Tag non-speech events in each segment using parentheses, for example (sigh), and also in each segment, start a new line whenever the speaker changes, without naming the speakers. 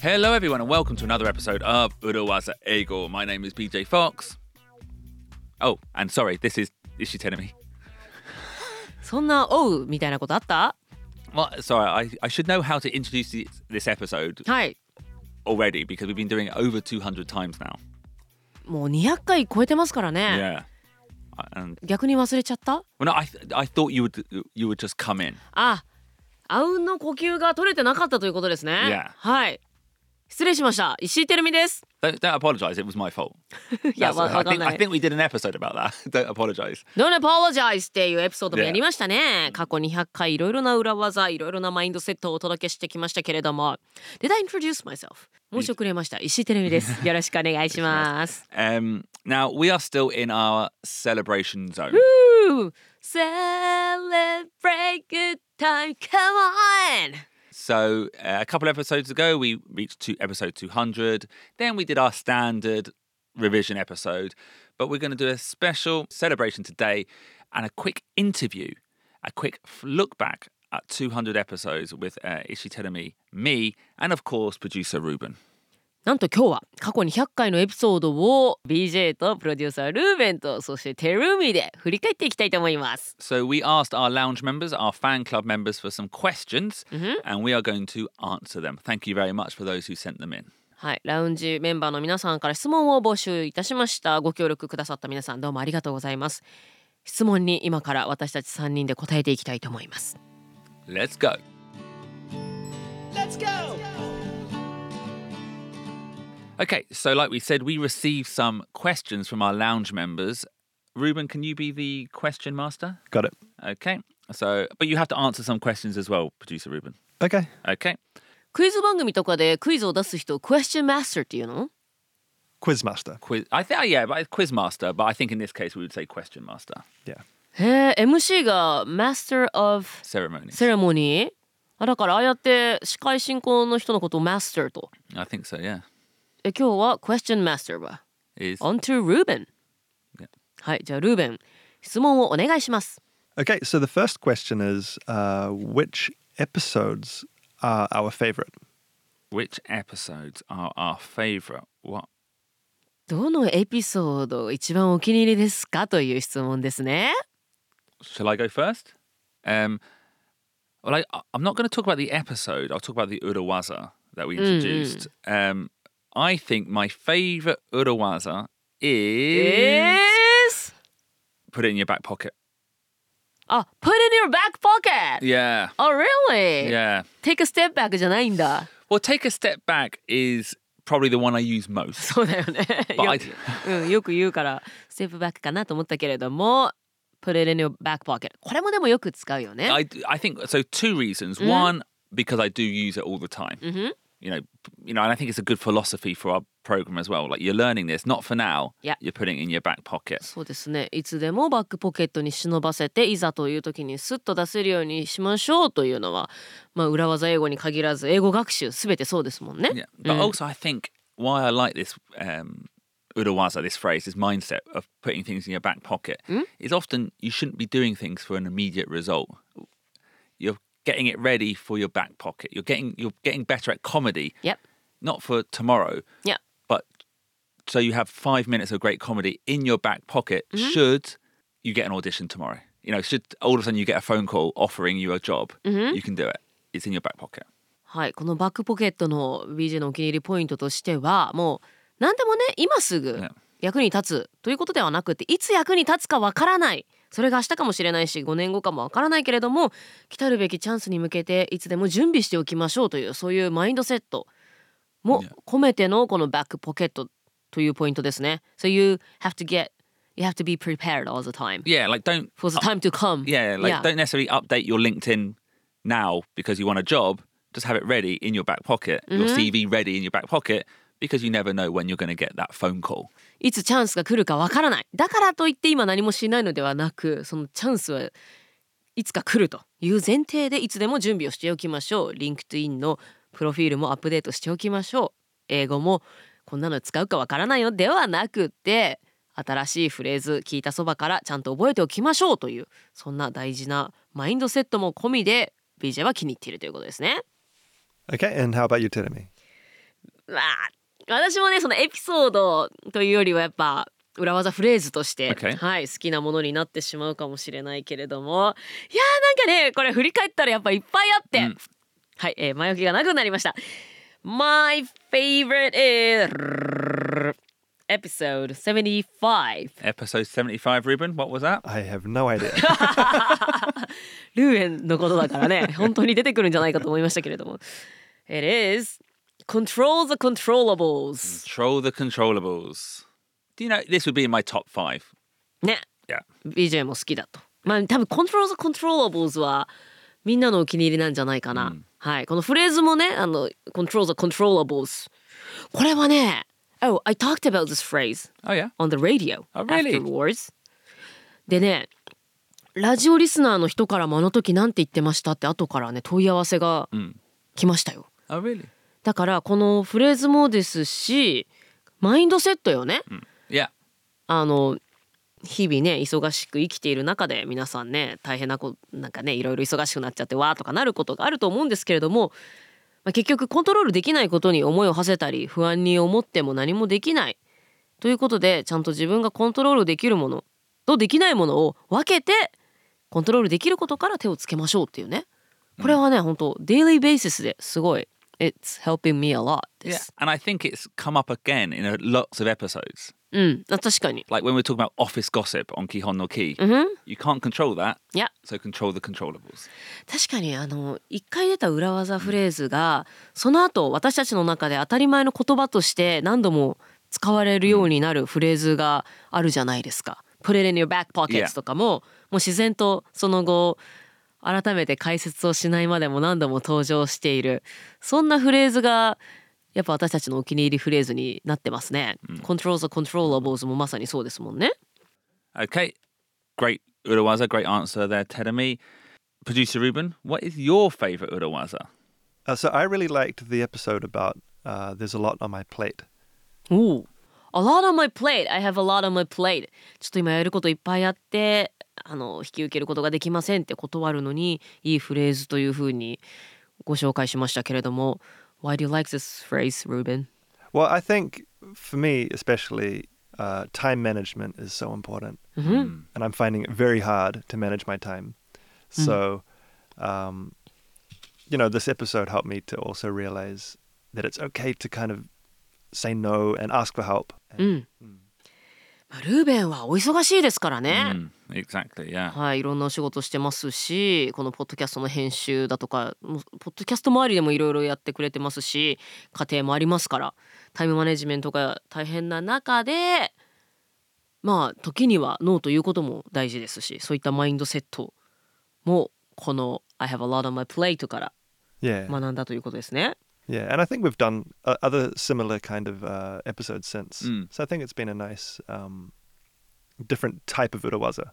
Hello, everyone, and welcome to another episode of Uruwaza Ego. My name is BJ Fox. Oh, and sorry, this is Ishi Tenemi.
そんな「おう」みたいなことあった？
Well, sorry, I, I should know how to introduce this, this episode
はい。
already because we've been doing it over 200 times now.
もう200回超えてますからね。
Yeah. I- And
逆に忘れちゃった？
well, no, I, th- I thought you would you would just come in.
あ、あうんの呼吸が取れてなかったということですね。
Yeah.
はい。失礼しました。石井てるみです。
Don't, don't apologize. It was my fault.
い (laughs) や、
That's-
わ
I
わかん
think,
な
I
い。
think we did an episode about that. (laughs) don't apologize.
Don't apologize っていうエピソードもやりましたね。過去200回いろいろな裏技、いろいろなマインドセットをお届けしてきましたけれども。Did I introduce myself? 申し遅れました。石井てるみです。よろしくお願いします。
Um, now we are still in our celebration zone.
Woo! Celebrate good time, come on!
So uh, a couple episodes ago, we reached to episode 200. Then we did our standard revision episode, but we're going to do a special celebration today and a quick interview, a quick f- look back at 200 episodes with uh, Ishi Terumi, me, and of course producer Ruben.
なんと今日は過去200回のエピソードを BJ とプロデューサールーベンとそしてテルミで振り返っていきたいと思います。
So we asked our lounge members, our fan club members, for some questions, and we are going to answer them. Thank you very much for those who sent them in.
はい、ラウンジメンバーの皆さんから質問を募集いたしました。ご協力くださった皆さんどうもありがとうございます。質問に今から私たち3人で答えていきたいと思います。
Let's go.
Let's go!
Okay, so like we said, we received some questions from our lounge members. Ruben, can you be the question master?
Got it.
Okay. So, but you have to answer some questions as well, producer Ruben.
Okay.
Okay.
クイズ番組とかでクイズを出す人をクエスチョンマスターっていうの
Quizmaster.
Quiz. I think yeah, but quiz master. But I think in this case we would say question master
Yeah.
へえ MC がマスター・オブ・
ceremony.
セレモニーあだからああやって司会進行の人のことをマスターと。
I think so. Yeah.
え今日は Question Master は
Is
On to Ruben
Yeah.
はいじゃあルーベン質問をお願いします
Okay, so the first question is uh, which episodes are our favorite?
which episodes are our favorite? What?
どのエピソード一番お気に入りですかという質問ですね
Shall I go first? Um. Well, I, I'm not going to talk about the episode. I'll talk about the Urawaza that we introduced. Um, I think my favourite Urawaza is
Eh? Is
put it in your back pocket.
あ Put in your back pocket
Yeah.
Oh really
Yeah.
Take a step back じゃないんだ
Well, take a step back is probably the one I use
(laughs)
most.
そうだよ
(laughs)
ね
But
よ
I,
うん、よく言うからステップバックかなと思ったけれども Put it in your back pocket これもでもよく使うよね
I, I think so. Two reasons. One, because I do use it all the time.
Mhm.
You know, you know, and I think it's a good philosophy for our program as well. Like you're learning this, not for now.
Yeah.
You're putting it in your back pocket.
そうですねいつでもバックポケットに忍ばせていざという時にスッと出せるようにしましょうというのは、まあ、裏技英語に限らず英語学習すべてそうですもんね。
Yeah. But also, I think why I like this um, Urawaza, this phrase, this mindset of putting things in your back pocket, is often you shouldn't be doing things for an immediate result. You're getting it ready for your back pocket. You're getting you're getting better at comedy,
Yep.
not for tomorrow,
Yep.
but so you have five minutes of great comedy in your back pocket. Should you get an audition tomorrow? You know, should all of a sudden you get a phone call offering you a job, you can do it. It's in your back pocket.
はいこのバックポケットの BJ のお気に入りポイントとしてはもう何でもね今すぐ
ね
役に立つということではなくていつ役に立つかわからないそれが明日かもしれないし5年後かもわからないけれども来たるべきチャンスに向けていつでも準備しておきましょうというそういうマインドセットも
ね
込めてのこのバックポケットというポイントですね。So you have to get you have to be prepared all the time
Yeah, like don't
for the time to come.
Yeah, like
Yeah.
don't necessarily update your LinkedIn now because you want a job. Just have it ready in your back pocket, your CV ready in your back pocket because you never know when you're going to get that phone call.
いつチャンスが来るかわからないだからといって今何もしないのではなくそのチャンスはいつか来るという前提でいつでも準備をしておきましょうリンクトインのプロフィールもアップデートしておきましょう英語もこんなの使うかわからないよではなくって新しいフレーズ聞いたそばからちゃんと覚えておきましょうというそんな大事なマインドセットも込みで BJ は気に入っているということですね
Okay, and how about you, Tenemi?
まあ私もねそのエピソードというよりはやっぱ裏技フレーズとして、
Okay.
はい、好きなものになってしまうかもしれないけれどもいやーなんかねこれ振り返ったらやっぱいっぱいあって、
うん
はい、えー前置きがなくなりました My favorite is episode 75
Episode 75, Ruben, what was that?
I have no idea.
ルーエンのことだか
(laughs)
らね本当に出てくるんじゃないかと思いましたけれども It is control the controllables
Control the controllables. Do you know, this would be in my top five.
ね
Yeah.
BJ も好きだとまあ多分 Control the Controllables はみんなのお気に入りなんじゃないかな、はいこのフレーズもねあの Control the Controllables これはね Oh I talked about this phrase
Oh, yeah.
on the radio
Oh, really?
afterwards でねラジオリスナーの人からもあの時なんて言ってましたって後からね問い合わせが来ましたよ、
Oh, really?
だからこのフレーズもですしマインドセットよね、
Yeah.
あの日々ね忙しく生きている中で皆さんね大変なこなんかねいろいろ忙しくなっちゃってわーとかなることがあると思うんですけれども、まあ、結局コントロールできないことに思いを馳せたり不安に思っても何もできないということでちゃんと自分がコントロールできるものとできないものを分けてコントロールできることから手をつけましょうっていうねこれはね、本当デイリーベーシスですごい「It's helping me a lot」で
Yeah.
す。
And I think it's come up again in a, lots of episodes.
うん、あ確かに。
Like when we're talking about office gossip on Kihon no Ki, you can't control that.
いや
So control the controllables.
確かにあの一回出た裏技フレーズがその後私たちの中で当たり前の言葉として何度も使われるようになるフレーズがあるじゃないですか。Put it in your back
Yeah.
pockets とかももう自然とその後改めて解説をしないまでも何度も登場しているそんなフレーズがやっぱ私たちのお気に入りフレーズになってますね。Control the controllables もまさにそうですもんね。
Okay. Great Urawaza. Great answer there, Ted and me. Producer Ruben, what is your favorite Urawaza?
uh, so I really liked the episode about uh, there's a lot on my plate.
おお。A lot on my plate. I have a lot on my plate. ちょっと今やることいっぱいあって、あの引き受けることができませんって断るのにいいフレーズというふうにご紹介しましたけれども、Why do you like this phrase, Ruben?
Well, I think for me, especially, uh, time management is so important. And I'm finding it very hard to manage my time. So, um, you know, this episode helped me to also realize that it's okay to kind of say no and ask for help. And
まあルーベンはお忙しいですからね。
Mm, exactly. Yeah.
はい、いろんなお仕事してますしこのポッドキャストの編集だとかもうポッドキャスト周りでもいろいろやってくれてますし家庭もありますからタイムマネジメントが大変な中でまあ時にはノーということも大事ですしそういったマインドセットもこの「I have a lot on my plate」から
Yeah.
学んだということですね。
Yeah, and I think we've done uh, other similar kind of uh, episodes since.
Mm.
So I think it's been a nice, um, different type of urawaza.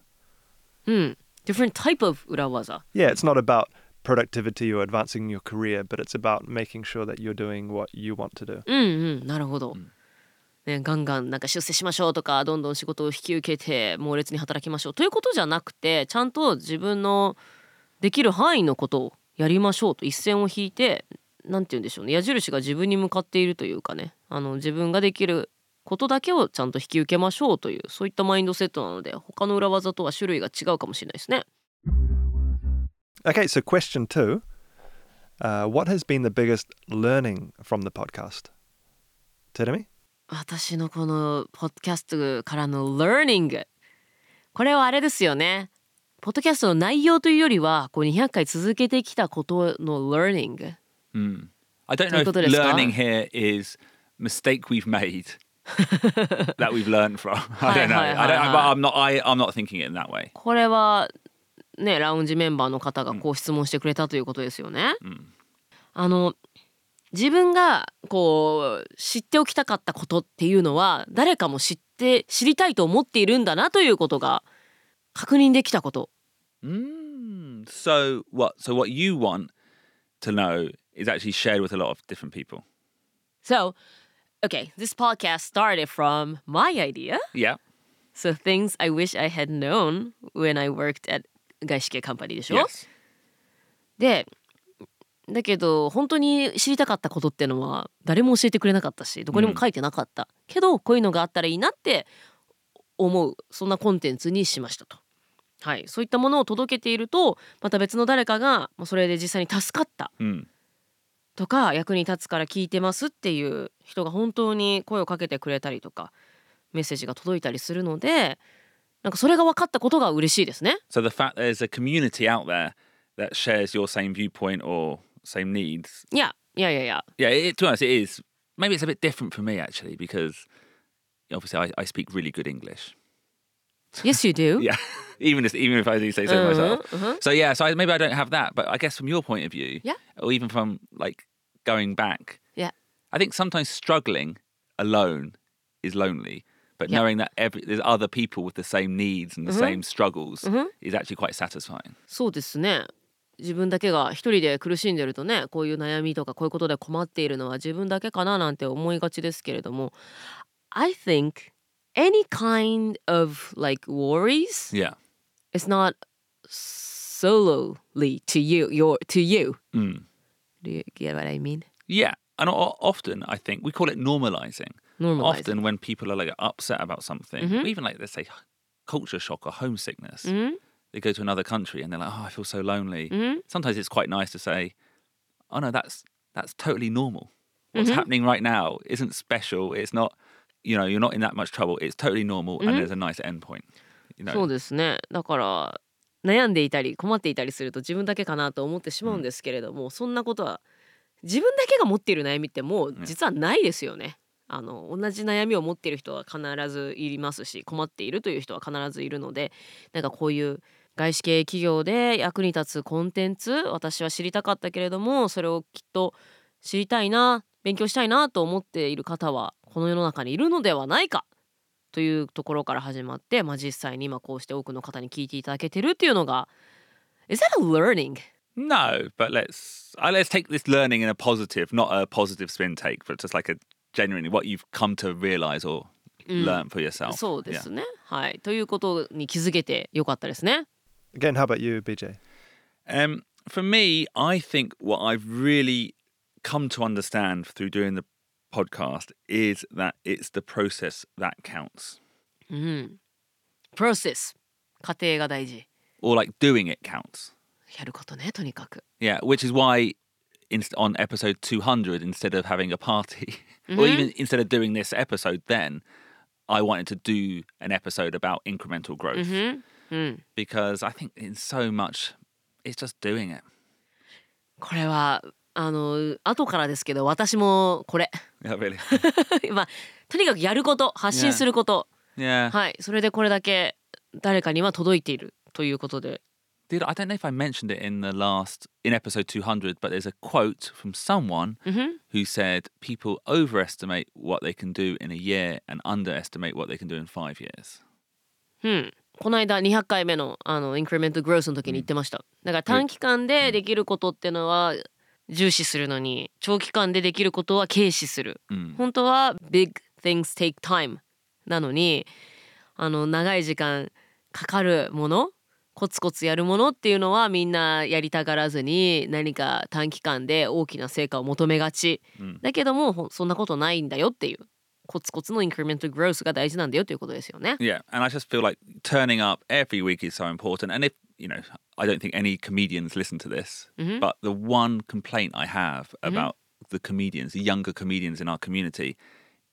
うん、different type of 裏技
Yeah, it's not about productivity or advancing your career, but it's about making sure that you're doing what you want to do.
うんうんなるほど、ね、ガンガンなんか出世しましょうとかどんどん仕事を引き受けて猛烈に働きましょうということじゃなくてちゃんと自分のできる範囲のことをやりましょうと一線を引いてなんて言うんでしょうね矢印が自分に向かっているというかねあの自分ができることだけをちゃんと引き受けましょうというそういったマインドセットなので他の裏技とは種類が違うかもしれないですね。
Okay, so question two uh, What has been the biggest learning from the podcast? Teremi?
私のこのポッドキャストからの learning これはあれですよねポッドキャストの内容というよりはこう200回続けてきたことの learning
Mm. I don't
So
know if
good that it's
learning
gone.
here is mistake we've
(laughs)
made that we've learned from. (laughs) I don't know.
Hi, hi,
I don't.
hi,
but
hi.
I'm not. I, I'm not thinking it in that way.
これはねラウンジメンバーの方がこう質問してくれたということですよね、あの自分がこう知っておきたかったことっていうのは誰かも知って知りたいと思っているんだなということが確認できたこと
Mm. So what? So what you want to know is actually shared with a lot of different people.
So, okay, this podcast started from my idea.
Yeah.
So things I wish I had known when I worked at 外資系カンパニーでしょ、
Yes.
でだけど本当に知りたかったことってのは誰も教えてくれなかったしどこにも書いてなかった、けどこういうのがあったらいいなって思うそんなコンテンツにしましたと。はい、そういったものを届けているとまた別の誰かがまあそれで実際に助かった
うん
とか役に立つから聞いてますっていう人が本当に声をかけてくれたりとかメッセージが届いたりするのでなんかそれが分かったことが嬉しいですね。
So the fact there's a community out there that shares your same viewpoint or same needs.
いやいやいやいや
Yeah, it, to be honest, it is. Maybe it's a bit different for me actually because obviously I, I speak really good English.
Yes
(laughs)
you do.
Yeah, even if, even if I do say
Uh-huh,
so myself. So yeah, so I, maybe I don't have that, but I guess from your point of view,
Yeah.
or even from like going back,
Yeah.
I think sometimes struggling alone is lonely, but
Yeah. Mm-hmm.
knowing that every, there's other people with the same needs and the same struggles is actually quite satisfying.
そうですね自分だけが一人で苦しんでるとねこういう悩みとかこういうことで困っているのは自分だけかななんて思いがちですけれども I think any kind of like worries
Yeah.
is not solely to you your to you
Mm.
Do you get what I mean?
Yeah. And o- often I think we call it normalizing.
Normalizing.
Often when people are like upset about something, or even like let's say culture shock or homesickness, they go to another country and they're like, "Oh, I feel so lonely." Sometimes it's quite nice to say, "Oh no, that's that's totally normal. What's happening right now isn't special. It's not, you know, you're not in that much trouble. It's totally normal." And there's a nice end point. You know,
そうですねだから悩んでいたり困っていたりすると自分だけかなと思ってしまうんですけれども、そんなことは自分だけが持っている悩みってもう実はないですよね。あの同じ悩みを持っている人は必ずいますし困っているという人は必ずいるのでなんかこういう外資系企業で役に立つコンテンツ私は知りたかったけれどもそれをきっと知りたいな勉強したいなと思っている方はこの世の中にいるのではないかというところから始まって、まあ、実際に今こうして多くの方に聞いていただけてるっていうのが Is that a learning?
No, but let's uh, let's take this learning in a positive, not a positive spin take, but just like a genuinely what you've come to realize or learn for yourself.
そうですね。はい。ということに気づけてよかったですね。
Again, how about you, BJ?
Yeah. Um, for me, I think what I've really come to understand through doing the podcast is that it's the process that counts,
うん。Process。過程が大事。
or like doing it counts.
やることね、とにかく。
Yeah, which is why in, on episode 200, instead of having a party, (laughs) or even instead of doing this episode then, I wanted to do an episode about incremental growth because I think in so much, it's just doing it.
これは、あの、後からですけど、私もこれ。 (laughs)
Yeah, really.
まあ、とにかくやること、発信すること。
yeah.
はい。それでこれだけ誰かには届いているということで。
Dude, I don't know if I mentioned it in the last, in episode 200, but there's a quote from someone who said, People overestimate what they can do in a year and underestimate what they can do in five years.
うん、この間200回目のあのインクリメント・グロースの時に言ってました、だから短期間でできることってのは重視するのに長期間でできることは軽視する、本当は Big things take time なのにあの長い時間かかるものコツコツやるものっていうのはみんなやりたがらずに何か短期間で大きな成果を求めがち、だけどもほんそんなことないんだよっていうコツコツのインクリメント・グロースが大事なんだよということですよね。
Yeah, and I just feel like turning up every week is so important. And if you know, I don't think any comedians listen to this, but the one complaint I have about the comedians, the younger comedians in our community,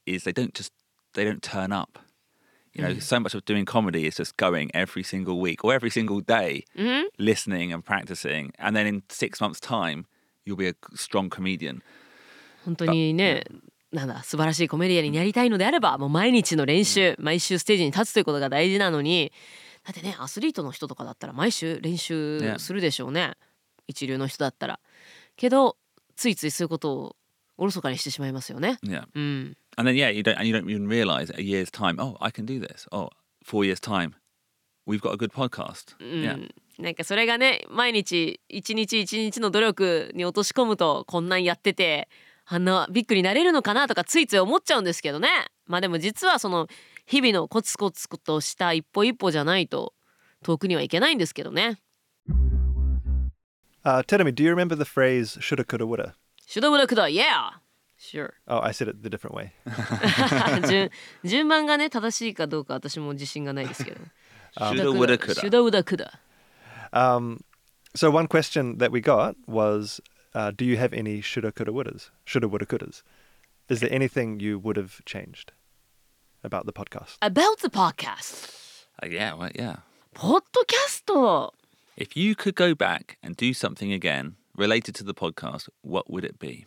is they don't just they don't turn up. You know, so much of doing comedy is just going every single week or every single day, listening and practicing, and then in six months' time, you'll be a strong comedian.
本当にねなんだ素晴らしいコメディアンになりたいのであればもう毎日の練習毎週ステージに立つということが大事なのにだってねアスリートの人とかだったら毎週練習
Yeah.
するでしょうね一流の人だったらけどついついそういうことをおろそかにしてしまいますよね
Yeah.
うん、
And then yeah, you don't and you don't even realize a year's time. Oh, I can do this. Oh, four years time, we've got a good podcast.
うん
Yeah,
なんかそれがね毎日一日一日の努力に落とし込むとこんなんやっててあんなビッグになれるのかなとかついつい思っちゃうんですけどねまあでも実はその日々のコツコツとした一歩一歩じゃないと遠くにはいけないんですけどね
Uh, Terumi, do you remember the phrase shoulda, coulda, woulda?
手動ブロックだ Yeah Sure (laughs)
Oh, I said it the different way.
順順番がね正しいかどうか私も自信がないですけど
Shoulda, woulda, coulda.
手動うだくだ
Um, so one question that we got was, uh, do you have any shoulda, coulda, wouldas? Shoulda, woulda, couldas. Is there anything you would have changed about the podcast?
About the podcast
Uh, yeah, well, yeah.
ポッドキャスト
If you could go back and do something again related to the podcast, what would it be?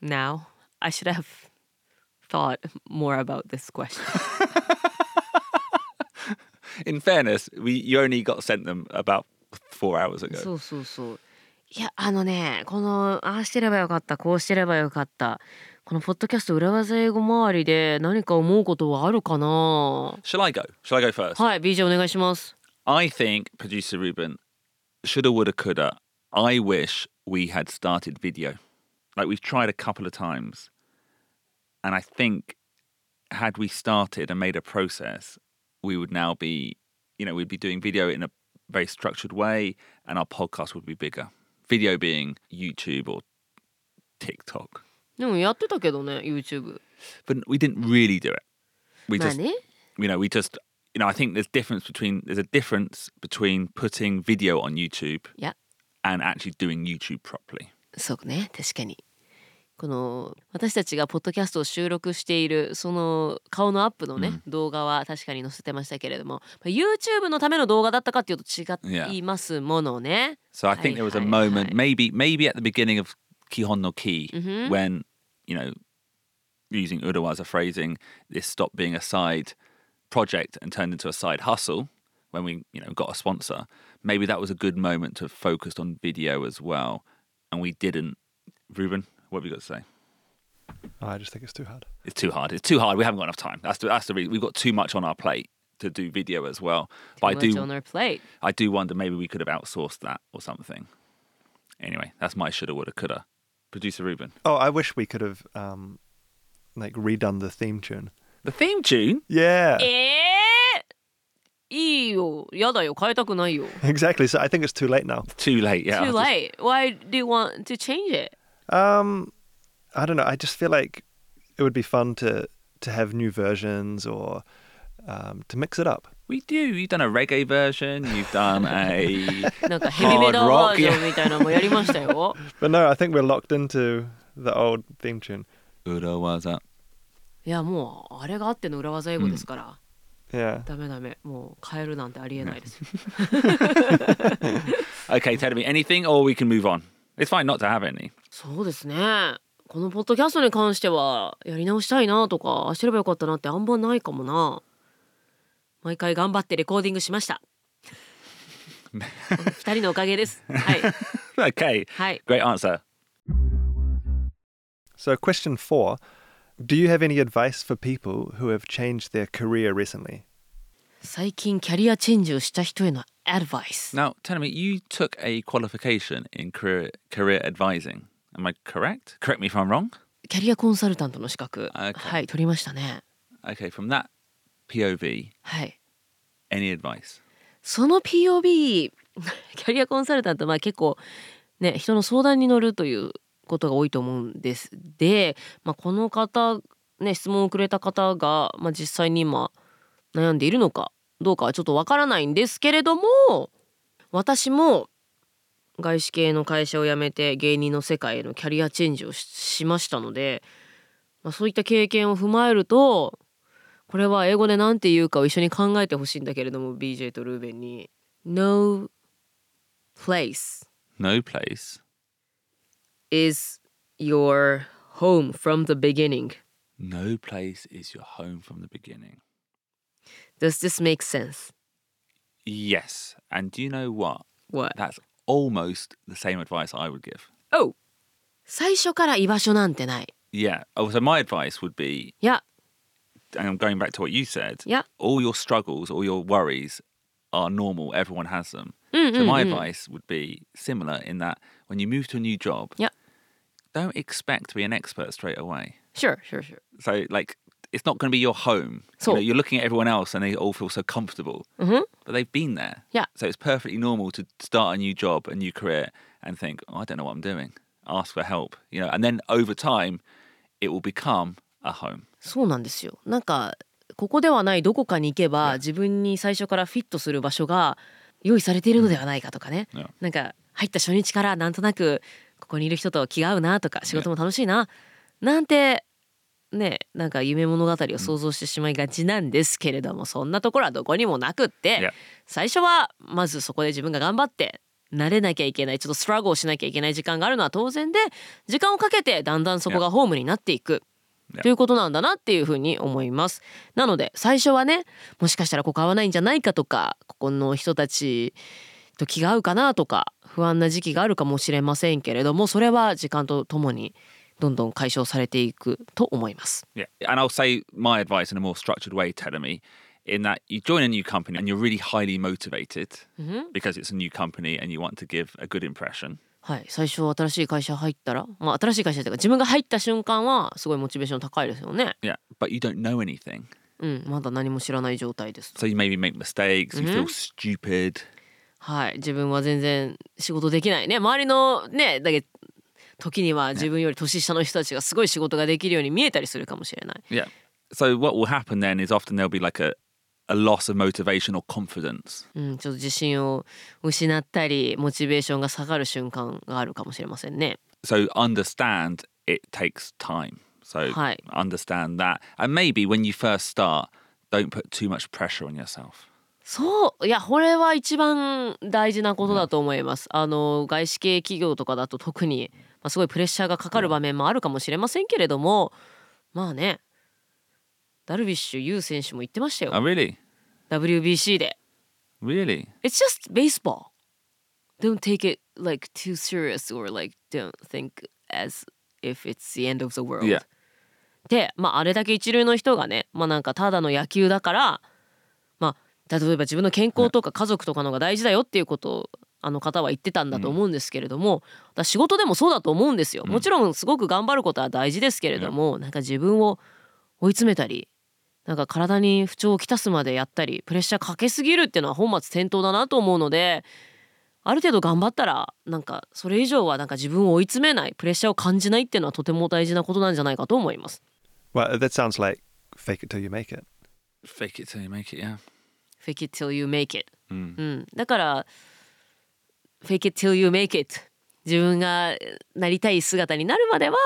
Now I should have thought more about this question
In fairness, we you only got sent them about four hours ago.
(laughs) そうそうそういやあのねこのああしてればよかったこうしてればよかったこのポッドキャスト裏技英語周りで何か思うことはあるかな
Shall I go? Shall I go first?
はい BJ お願いします
I think producer Ruben shoulda, woulda, coulda. I wish we had started video. Like we've tried a couple of times, and I think had we started and made a process, we would now be, you know, we'd be doing video in a very structured way, and our podcast would be bigger. Video being YouTube or TikTok,
でもやってたけどね YouTube
but we didn't really do it. We
まあ
just
ね
you know, we just, you know, I think there's difference between there's a difference between putting video on YouTube
いや
and actually doing YouTube properly.
そうね確かにこの私たちがポッドキャストを収録しているその顔のアップのね、動画は確かに載せてましたけれどもまあ YouTube のための動画だったかっていうと違いますものね。
So I think there was a
はいはいはい。
moment, maybe maybe at the beginning of Kihon no Ki,
Mhm.
when you know, using Urawaza phrasing, this stopped being a side project and turned into a side hustle. When we you know got a sponsor, maybe that was a good moment to have focused on video as well, and we didn't. Ruben, what have you got to say?
Oh, I just think it's too hard.
It's too hard. It's too hard. We haven't got enough time. That's the, that's the reason. We've got too much on our plate to do video as well. But I
Too much on
do
our plate.
I do wonder maybe we could have outsourced that or something. Anyway, that's my shoulda, woulda, coulda. Producer Ruben,
Oh, I wish we could have um, like redone the theme tune.
the theme tune.
Yeah,
えー、いいよやだよ変えたくないよ。
exactly. So I think it's too late now.
Too late. Yeah. I
Too
just-
late. Why do you want to change it?
Um, I don't know. I just feel like it would be fun to to have new versions or um, to mix it up.
we do. You've done a reggae version. You've done a.
(laughs) なんかヘビメタバージ
(laughs) Hard
ョ
rock,
ンみたいなのもやりました
(laughs)
よ。
But no, I think we're locked into the old theme tune.
Urawaza.
いやもうあれがあっての裏技英語ですから。
Yeah.
ダメダメもう変えるなんてありえないですよ
Okay, tell me anything, or we can move on. It's fine not to have any. (laughs)
そうですねこのポッドキャストに関してはやり直したいなとかああしてればよかったなってあんまないかもな毎回頑張ってレコーディングしました二人のおかげですはい
Okay.
はい
Great answer.
So question four: Do you have any advice for people who have changed their career recently?
最近キャリアチェンジをした人へのアドバイス
Now, tell me, you took a qualification in career career advising. Am I correct? Correct me if I'm wrong.
キャリアコンサルタントの資格
Okay
はい取りましたね
Okay, from that POV,
はい
any advice?
その POB (laughs) キャリアコンサルタントは結構ね人の相談に乗るということが多いと思うんですで、まあ、この方ね質問をくれた方が、まあ、実際に今悩んでいるのかどうかはちょっとわからないんですけれども私も外資系の会社を辞めて芸人の世界へのキャリアチェンジをししましたので、まあ、そういった経験を踏まえるとこれは英語で何て言うかを一緒に考えてほしいんだけれども BJ とルーベンに No place
No place.
is your home from the beginning
No place is your home from the beginning.
Does this make sense?
Yes. And do you know what?
What?
That's almost the same advice I would give.
Oh 最初から居場所なんてない
Yeah. Oh, so my advice would be,
いや
and I'm going back to what you said.
Yeah.
All your struggles, all your worries are normal. Everyone has them.
うんうん、
So
うん、
my advice would be similar in that when you move to a new job,
Yeah.
don't expect to be an expert straight away.
Sure sure sure
So like it's not going to be your home.
So-
you know, you're looking at everyone else, and they all feel so comfortable,
Mhm.
but they've been there.
Yeah.
So it's perfectly normal to start a new job, a new career, and think, oh, I don't know what I'm doing. Ask for help, you know. And then over time, it will become a home.
そうなんですよなんかここではないどこかに行けば自分に最初からフィットする場所が用意されているのではないかとかね、
Yeah.
なんか入った初日からなんとなくここにいる人と気が合うなとか仕事も楽しいな、なんてねなんか夢物語を想像してしまいがちなんですけれども、そんなところはどこにもなくって、
Yeah.
最初はまずそこで自分が頑張って慣れなきゃいけないちょっとストラグをしなきゃいけない時間があるのは当然で時間をかけてだんだんそこがホームになっていく。
Yeah.
ということなんだなっていうふうに思います。なので最初はねもしかしたらここ合わないんじゃないかとかここの人たちと気が合うかなとか不安な時期があるかもしれませんけれどもそれは時間とともにどんどん解消されていくと思います。
Yeah. And I'll say my advice in a more structured way, Telemi, in that you join a new company and you're really highly motivated
Mm-hmm.
because it's a new company and you want to give a good impression.
はい、最初新しい会社入ったら、まあ、新しい会社というか自分が入った瞬間はすごいモチベーション高いですよね。
Yeah. But you don't know anything.
うん、まだ何も知らない状態ですと。
So you maybe make mistakes, you
Mm-hmm.
feel stupid.
はい、自分は全然仕事できないね。周りのね、だけ時には自分より年下の人たちがすごい仕事ができるように見えたりするかもしれない。
Yeah. So what will happen then is often there'll be like a, a loss of motivation or confidence.
うん、ちょっと自信を失ったり、モチベーションが下がる瞬間があるかもしれませんね。
So understand it takes time. So
Hi.
understand that. And maybe when you first start, don't put too much pressure on yourself.
そういやこれは一番大事なことだと思います。あの外資系企業とかだと特に、まあ、すごいプレッシャーがかかる場面もあるかもしれませんけれどもまあねダルビッシュ有選手も言ってました
Oh,
よ
really?
WBC で
Really?
It's just baseball Don't take it like too serious or like don't think as if it's the end of the world、
Yeah.
で、まあ、あれだけ一流の人がね、まあ、なんかただの野球だから、まあ、例えば自分の健康とか家族とかのが大事だよっていうことをあの方は言ってたんだと思うんですけれども、私仕事でもそうだと思うんですよ。もちろんすごく頑張ることは大事ですけれども、なんか自分を追い詰めたりなんか体に不調をきたすまでやったりプレッシャーかけすぎるっていうのは本末転倒だなと思うのである程度頑張ったらなんかそれ以上はなんか自分を追い詰めないプレッシャーを感じないっていうのはとても大事なことなんじゃないかと思います。
Well, that sounds like fake it till you make it.
Fake it till you make it, yeah.
Fake it till you make it、
Mm.
うん、だから Fake it till you make it 自分がなりたい姿になるまでは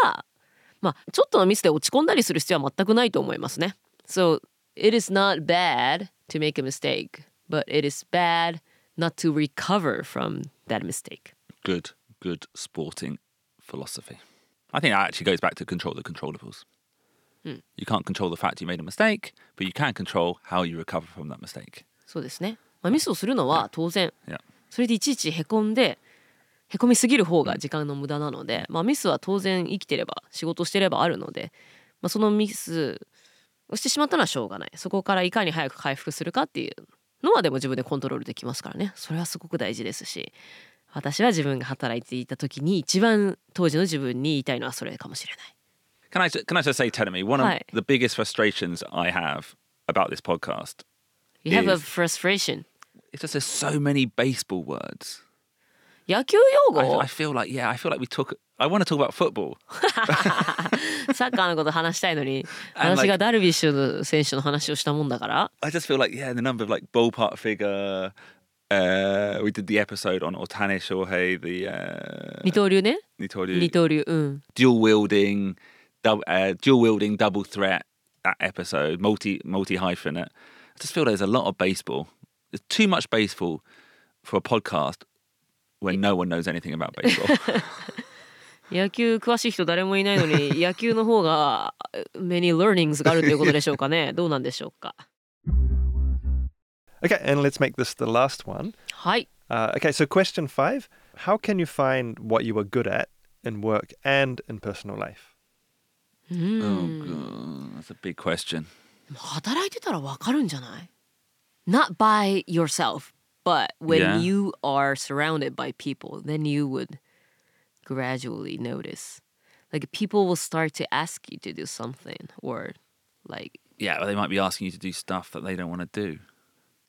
まあちょっとのミスで落ち込んだりする必要は全くないと思いますね So it is not bad to make a mistake but it is bad not to recover from that mistake
Good, good sporting philosophy. I think that actually goes back to control the controllables. You can't control the fact you made a mistake, but you can control how you recover from that mistake.
そうですね、まあ、ミスをするのは当然
Yeah.
それでいちいちへこんでへこみすぎる方が時間の無駄なので、まあ、ミスは当然生きてれば仕事してればあるので、まあ、そのミスをしてしまったのはしょうがないそこからいかに早く回復するかっていうのはでも自分でコントロールできますからねそれはすごく大事ですし私は自分が働いていた時に一番当時の自分に言いたいのはそれかもしれない。
Can I ju- can I just say, Telemi, one
Hi.
of the biggest frustrations I have about this podcast
You have a
Is-
frustration.
is just there's so many baseball words.
野球用
I,
語
I feel like yeah, I feel like we talk. I want to talk about football.
サッカーのこと話したいのに
And like-
私がダルビッシュ選手の話をしたもんだから。
I just feel like yeah, the number of like ballpark figure. Uh, we did the episode on Otani Shohei, the uh,
二刀流ね
Nitori-
二刀流うん、
dual wielding, dub, uh, dual wielding double threat that episode, multi multi hyphenate. I just feel there's a lot of baseball. There's too much baseball for a podcast when no one knows anything about baseball. Oh,
野球詳しい人誰もいないの (laughs) に野球の方が many learnings があるということでしょうか (laughs) ねどうなんでしょうか
Okay, and let's make this the last one.
はい
Uh, okay, so question five How can you find what you are good at in work and in personal life?
う
oh
ん
god, that's a big question.
働いてたらわかるんじゃない Not by yourself but when
Yeah.
you are surrounded by people then you would gradually notice like people will start to ask you to do something or Like,
Yeah, well, they might be asking you to do stuff that they don't want to do.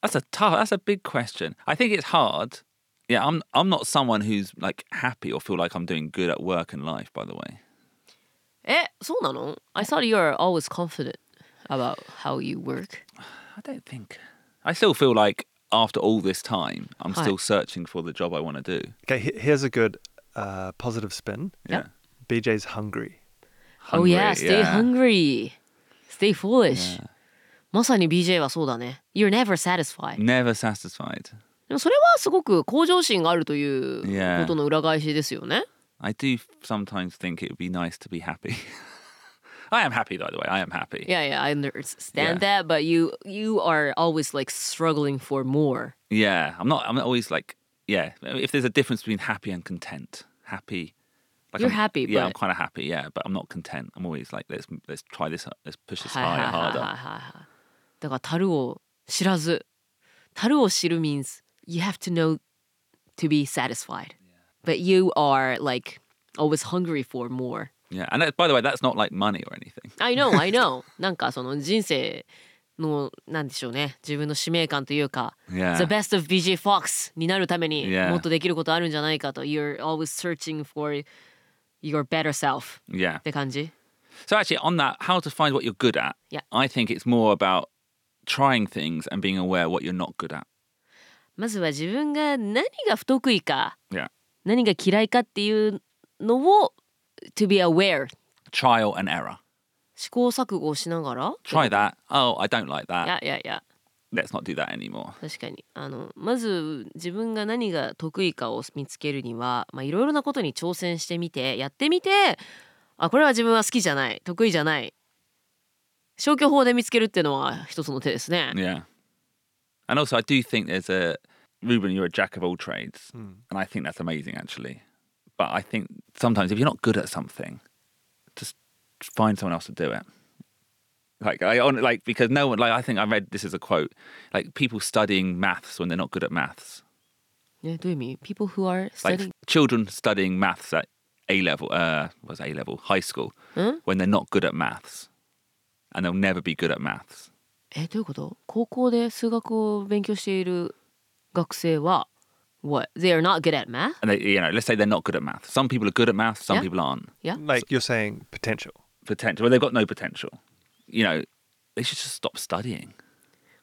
That's a tough. That's a big question. I think it's hard. Yeah, I'm. I'm not someone who's like happy or feel like I'm doing good at work and life. By the way,
え、そうなの I thought you were always confident about how you work.
I don't think. I still feel like after all this time, I'm
Hi.
still searching for the job I want to do.
Okay, he- here's a good uh, positive spin.
Yeah.
Yep.
BJ's hungry.
Hungry,
oh yeah, stay hungry. Stay foolish. まさに BJ はそうだね。You're never satisfied.
Never satisfied.
でもそれはすごく向上心があるという
Yeah.
ことの裏返しですよね。
I do sometimes think it would be nice to be happy. (laughs) I am happy, by the way. I am happy.
Yeah, yeah, I understand that, but you you are always like struggling for more.
Yeah, I'm not. I'm not always like. Yeah, if there's a difference between happy and content, happy. Like
You're
I'm-
happy,
Yeah, I'm
but-
kind of happy. Yeah, but I'm not content. I'm always like, let's let's try this. Let's push this
はいはい
higher,
はいはい
harder.
はいはい。だから樽を知らず、樽を知る means you have to know to be satisfied, but you are like always hungry for more.
Yeah, and that, by the way, that's not like money or anything.
I know, I know. (laughs) なんかその人生のなんでしょうね、自分の使命感というか、
Yeah.
The best of BJ Fox になるために
Yeah.
もっとできることあるんじゃないかと、You're always searching for your better self っ
Yeah.
て感じ
So actually, on that, how to find what you're good at?
Yeah.
I think it's more about trying things and being aware what you're not good at.
まずは自分が何が不得意か
Yeah.
何が嫌いかっていうのを to be aware
Trial and error.
試行錯誤をしながら
Try that. Oh, I don't like that.
いやいやいや
Let's not do that anymore.
確かにあのまず自分が何が得意かを見つけるにはまあいろいろなことに挑戦してみてやってみてあこれは自分は好きじゃない得意じゃない消去法で見つけるっていうのは一つの手ですね。
Yeah. And also, I do think there's a Ruben, you're a jack of all trades. And I think that's amazing, actually. But I think sometimes if you're not good at something, just find someone else to do it. Like I on like because no one like I think I read this as a quote like people studying maths when they're not good at maths
ねどういう意味 People who are
like
studying
children studying maths at A level uh was A level high school when they're not good at maths and they'll never be good at maths
えどういうこと高校で数学を勉強している学生は What? They are not good at math?
and they you know let's say they're not good at math some people are good at math some
Yeah.
people aren't
Yeah?
Like you're saying, potential.
potential well they've got no potential you know they should just stop studying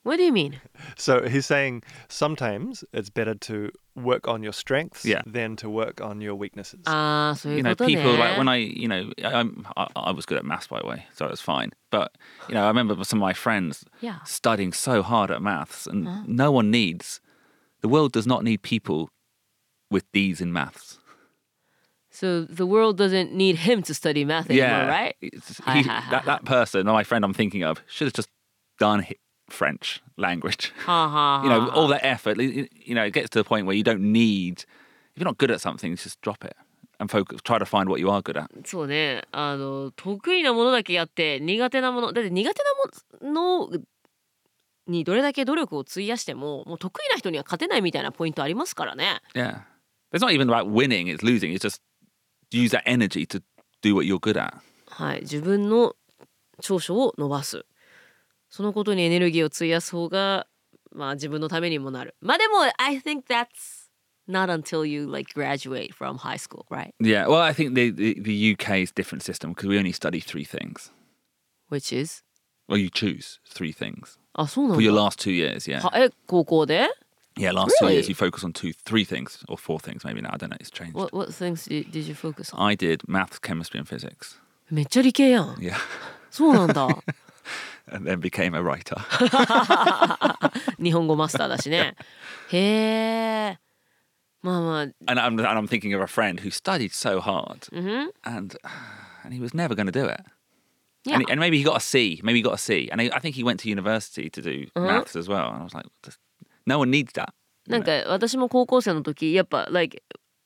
What do you mean?
So he's saying sometimes it's better to work on your strengths
Yeah.
than to work on your weaknesses.
ああそうい
you
う
know
ことね。
people like when i you know I, I'm, I, I was good at maths by the way so it was fine but you know i remember some of my friends
Yeah.
studying so hard at maths and no one needs the world does not need people with these in maths
So the world doesn't need him to study math anymore, right?
It's-
Hi,
he-
hi, hi,
that, that person, my friend I'm thinking of, should have just done hi- French language. (laughs)
はあはあ
You know, all that effort. You you know, it gets to the point where you don't need. If you're not good at something, just drop it and focus. Try to find what you are good at.
そうねあの得意なものだけやって苦手なものだって苦手なものにどれだけ努力を費やしてももう得意な人には勝てないみたいなポイントありますからね
Yeah, it's not even about winning. It's losing. It's just use that energy to do what you're good at.
はい自分の長所を伸ばすそのことにエネルギーを費やす方がまあ自分のためにもなるまあでも I think that's not until you like graduate from high school right
Yeah. Well, I think the the, the UK's different system because we only study three things.
which is
Well, you choose three things
あそうな
for your
んだ
last two years. Yeah.
はえ高校で
Yeah, last two years
Really?
you focus on two, three things or four things maybe now. I don't know. It's changed.
What, what things did, did you focus on?
I did maths, chemistry, and physics.
めっちゃ理系やん
Yeah, (laughs)
そうなんだ
and then became a
(laughs)
writer.
日本語マスターだし (laughs) ねへえまあまあ
and I'm and I'm thinking of a friend who studied so hard,
Mm-hmm.
and and he was never going to do it.
Yeah.
And, he- and maybe he got a C. Maybe he got a C. And I, I think he went to university to do
Uh-huh.
maths as well. And I was like, just, no one needs that.
な
you
ん
know.
か私も高校生の時やっぱ like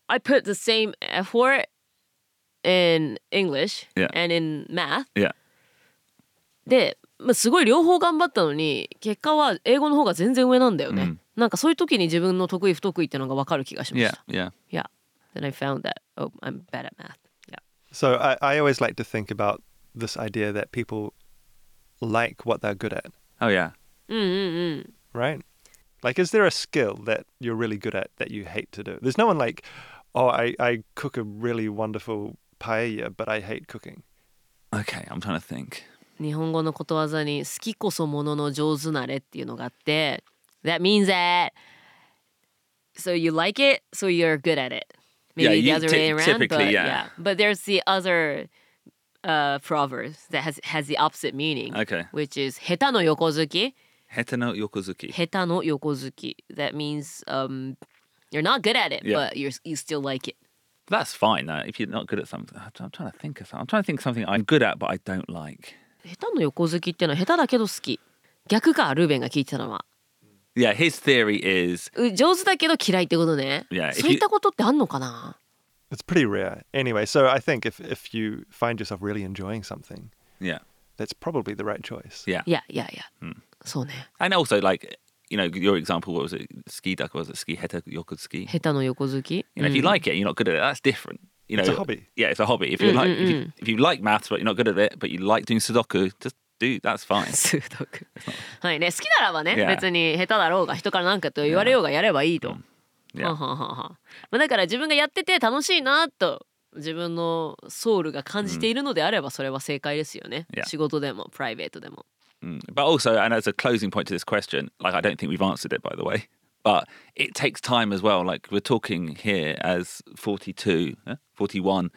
I put the same effort in English
Yeah.
and in math
Yeah.
で、まあ、すごい両方頑張ったのに結果は英語の方が全然上なんだよね、なんかそういう時に自分の得意不得意ってのが分かる気がしまし
Yeah.
た
Yeah.
yeah then I found that oh I'm bad at math yeah
So I, I always like to think about this idea that people like what they're good at,
Oh yeah.
うんうん
right? Like, is there a skill that you're really good at that you hate to do? There's no one like, oh, I, I cook a really wonderful paella, but I hate cooking.
Okay, I'm trying to think.
日本語のことわざに好きこそものの上手なれっていうのがあって That means that so you like it so you're good at it
Yeah,
maybe
you-
the other way
ty-
around
typically,
but
yeah.
yeah but there's the other uh proverb that has has the opposite meaning
Okay.
which is 下手の横好き
Hetano Yokozuki.
下手の横好き that means um you're not good at it
Yeah.
but you're you still like it
That's fine though. If you're not good at something, I'm I'm trying to think of something. I'm trying to think of something I'm good at but I don't like.
下手の横好きっていうのは下手だけど好き逆かルーベンが聞いてたのは
Yeah, his theory is
う上手だけど嫌いってことね
Yeah, if
そういったことってあんのかな
It's pretty rare. Anyway, so I think if, if you find yourself really enjoying something,
yeah,
that's probably the right choice.
yeah,
いやいやいや、そうね
and also like you know your example. What was it? Ski duck was it? Ski heta yokozuki.
下手の横好き、 (laughs)
You know, if you like it, and you're not good at it. That's different. You know,
It's a hobby.
Yeah, it's a hobby. If you like, if you, if you like maths, but you're not good at it, but you like doing Sudoku, just do. That's
(laughs)
fine.
数読はいね好きならばね、
Yeah.
別に下手だろうが人から何かと言われようがやればいいと、は
Yeah,
んはんはんはんまあだから自分がやってて楽しいなと自分のソウルが感じているのであればそれは正解ですよね、
Yeah.
仕事でもプライベートでも
Mm. but also, and as a closing point to this question, like I don't think we've answered it, by the way. But it takes time as well. Like we're talking here as 42, eh, 41.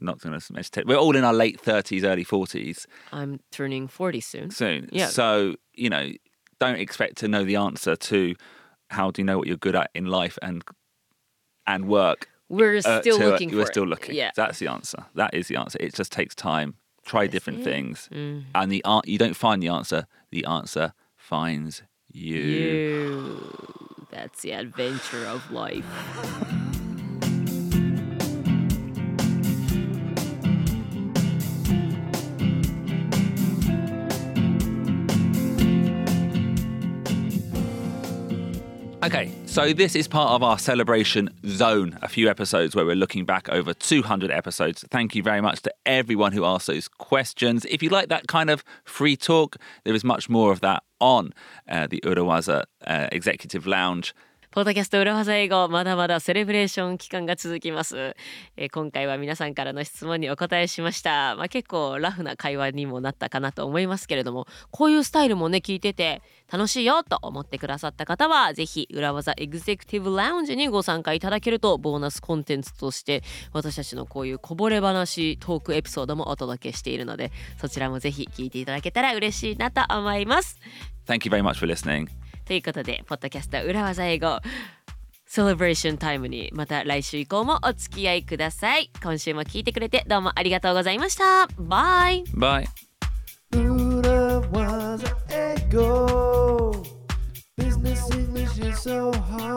Not going to mention. We're all in our late 30s, early 40s.
I'm turning 40 soon
soon.
Yeah.
So, you know, don't expect to know the answer to how do you know what you're good at in life and and work.
We're
uh,
still
to-
looking
We're
for
still
it.
looking.
Yeah.
That's the answer. That is the answer. It just takes time. Try different things.
Mm.
And the an- you don't find the answer, the answer finds you.
You. That's the adventure of life.
Okay, so this is part of our celebration zone, a few episodes where we're looking back over 200 episodes. Thank you very much to everyone who asked those questions. If you like that kind of free talk, there is much more of that on uh, the Urawaza uh, Executive Lounge.
ポッドキャスト裏技英語まだまだセレブレーション期間が続きます、えー今回は皆さんからの質問にお答えしました、まあ、結構ラフな会話にもなったかなと思いますけれどもこういうスタイルもね聞いてて楽しいよと思ってくださった方はぜひ裏技エグゼクティブラウンジにご参加いただけるとボーナスコンテンツとして私たちのこういうこぼれ話トークエピソードもお届けしているのでそちらもぜひ聞いていただけたら嬉しいなと思います。
Thank you very much for listening.
ということで、ポッドキャスト裏技英語、セレブレーションタイムにまた来週以降もお付き合いください。今週も聞いてくれてどうもありがとうございました。バイ
Bye.
Buddha was an echo. Business English is so hard.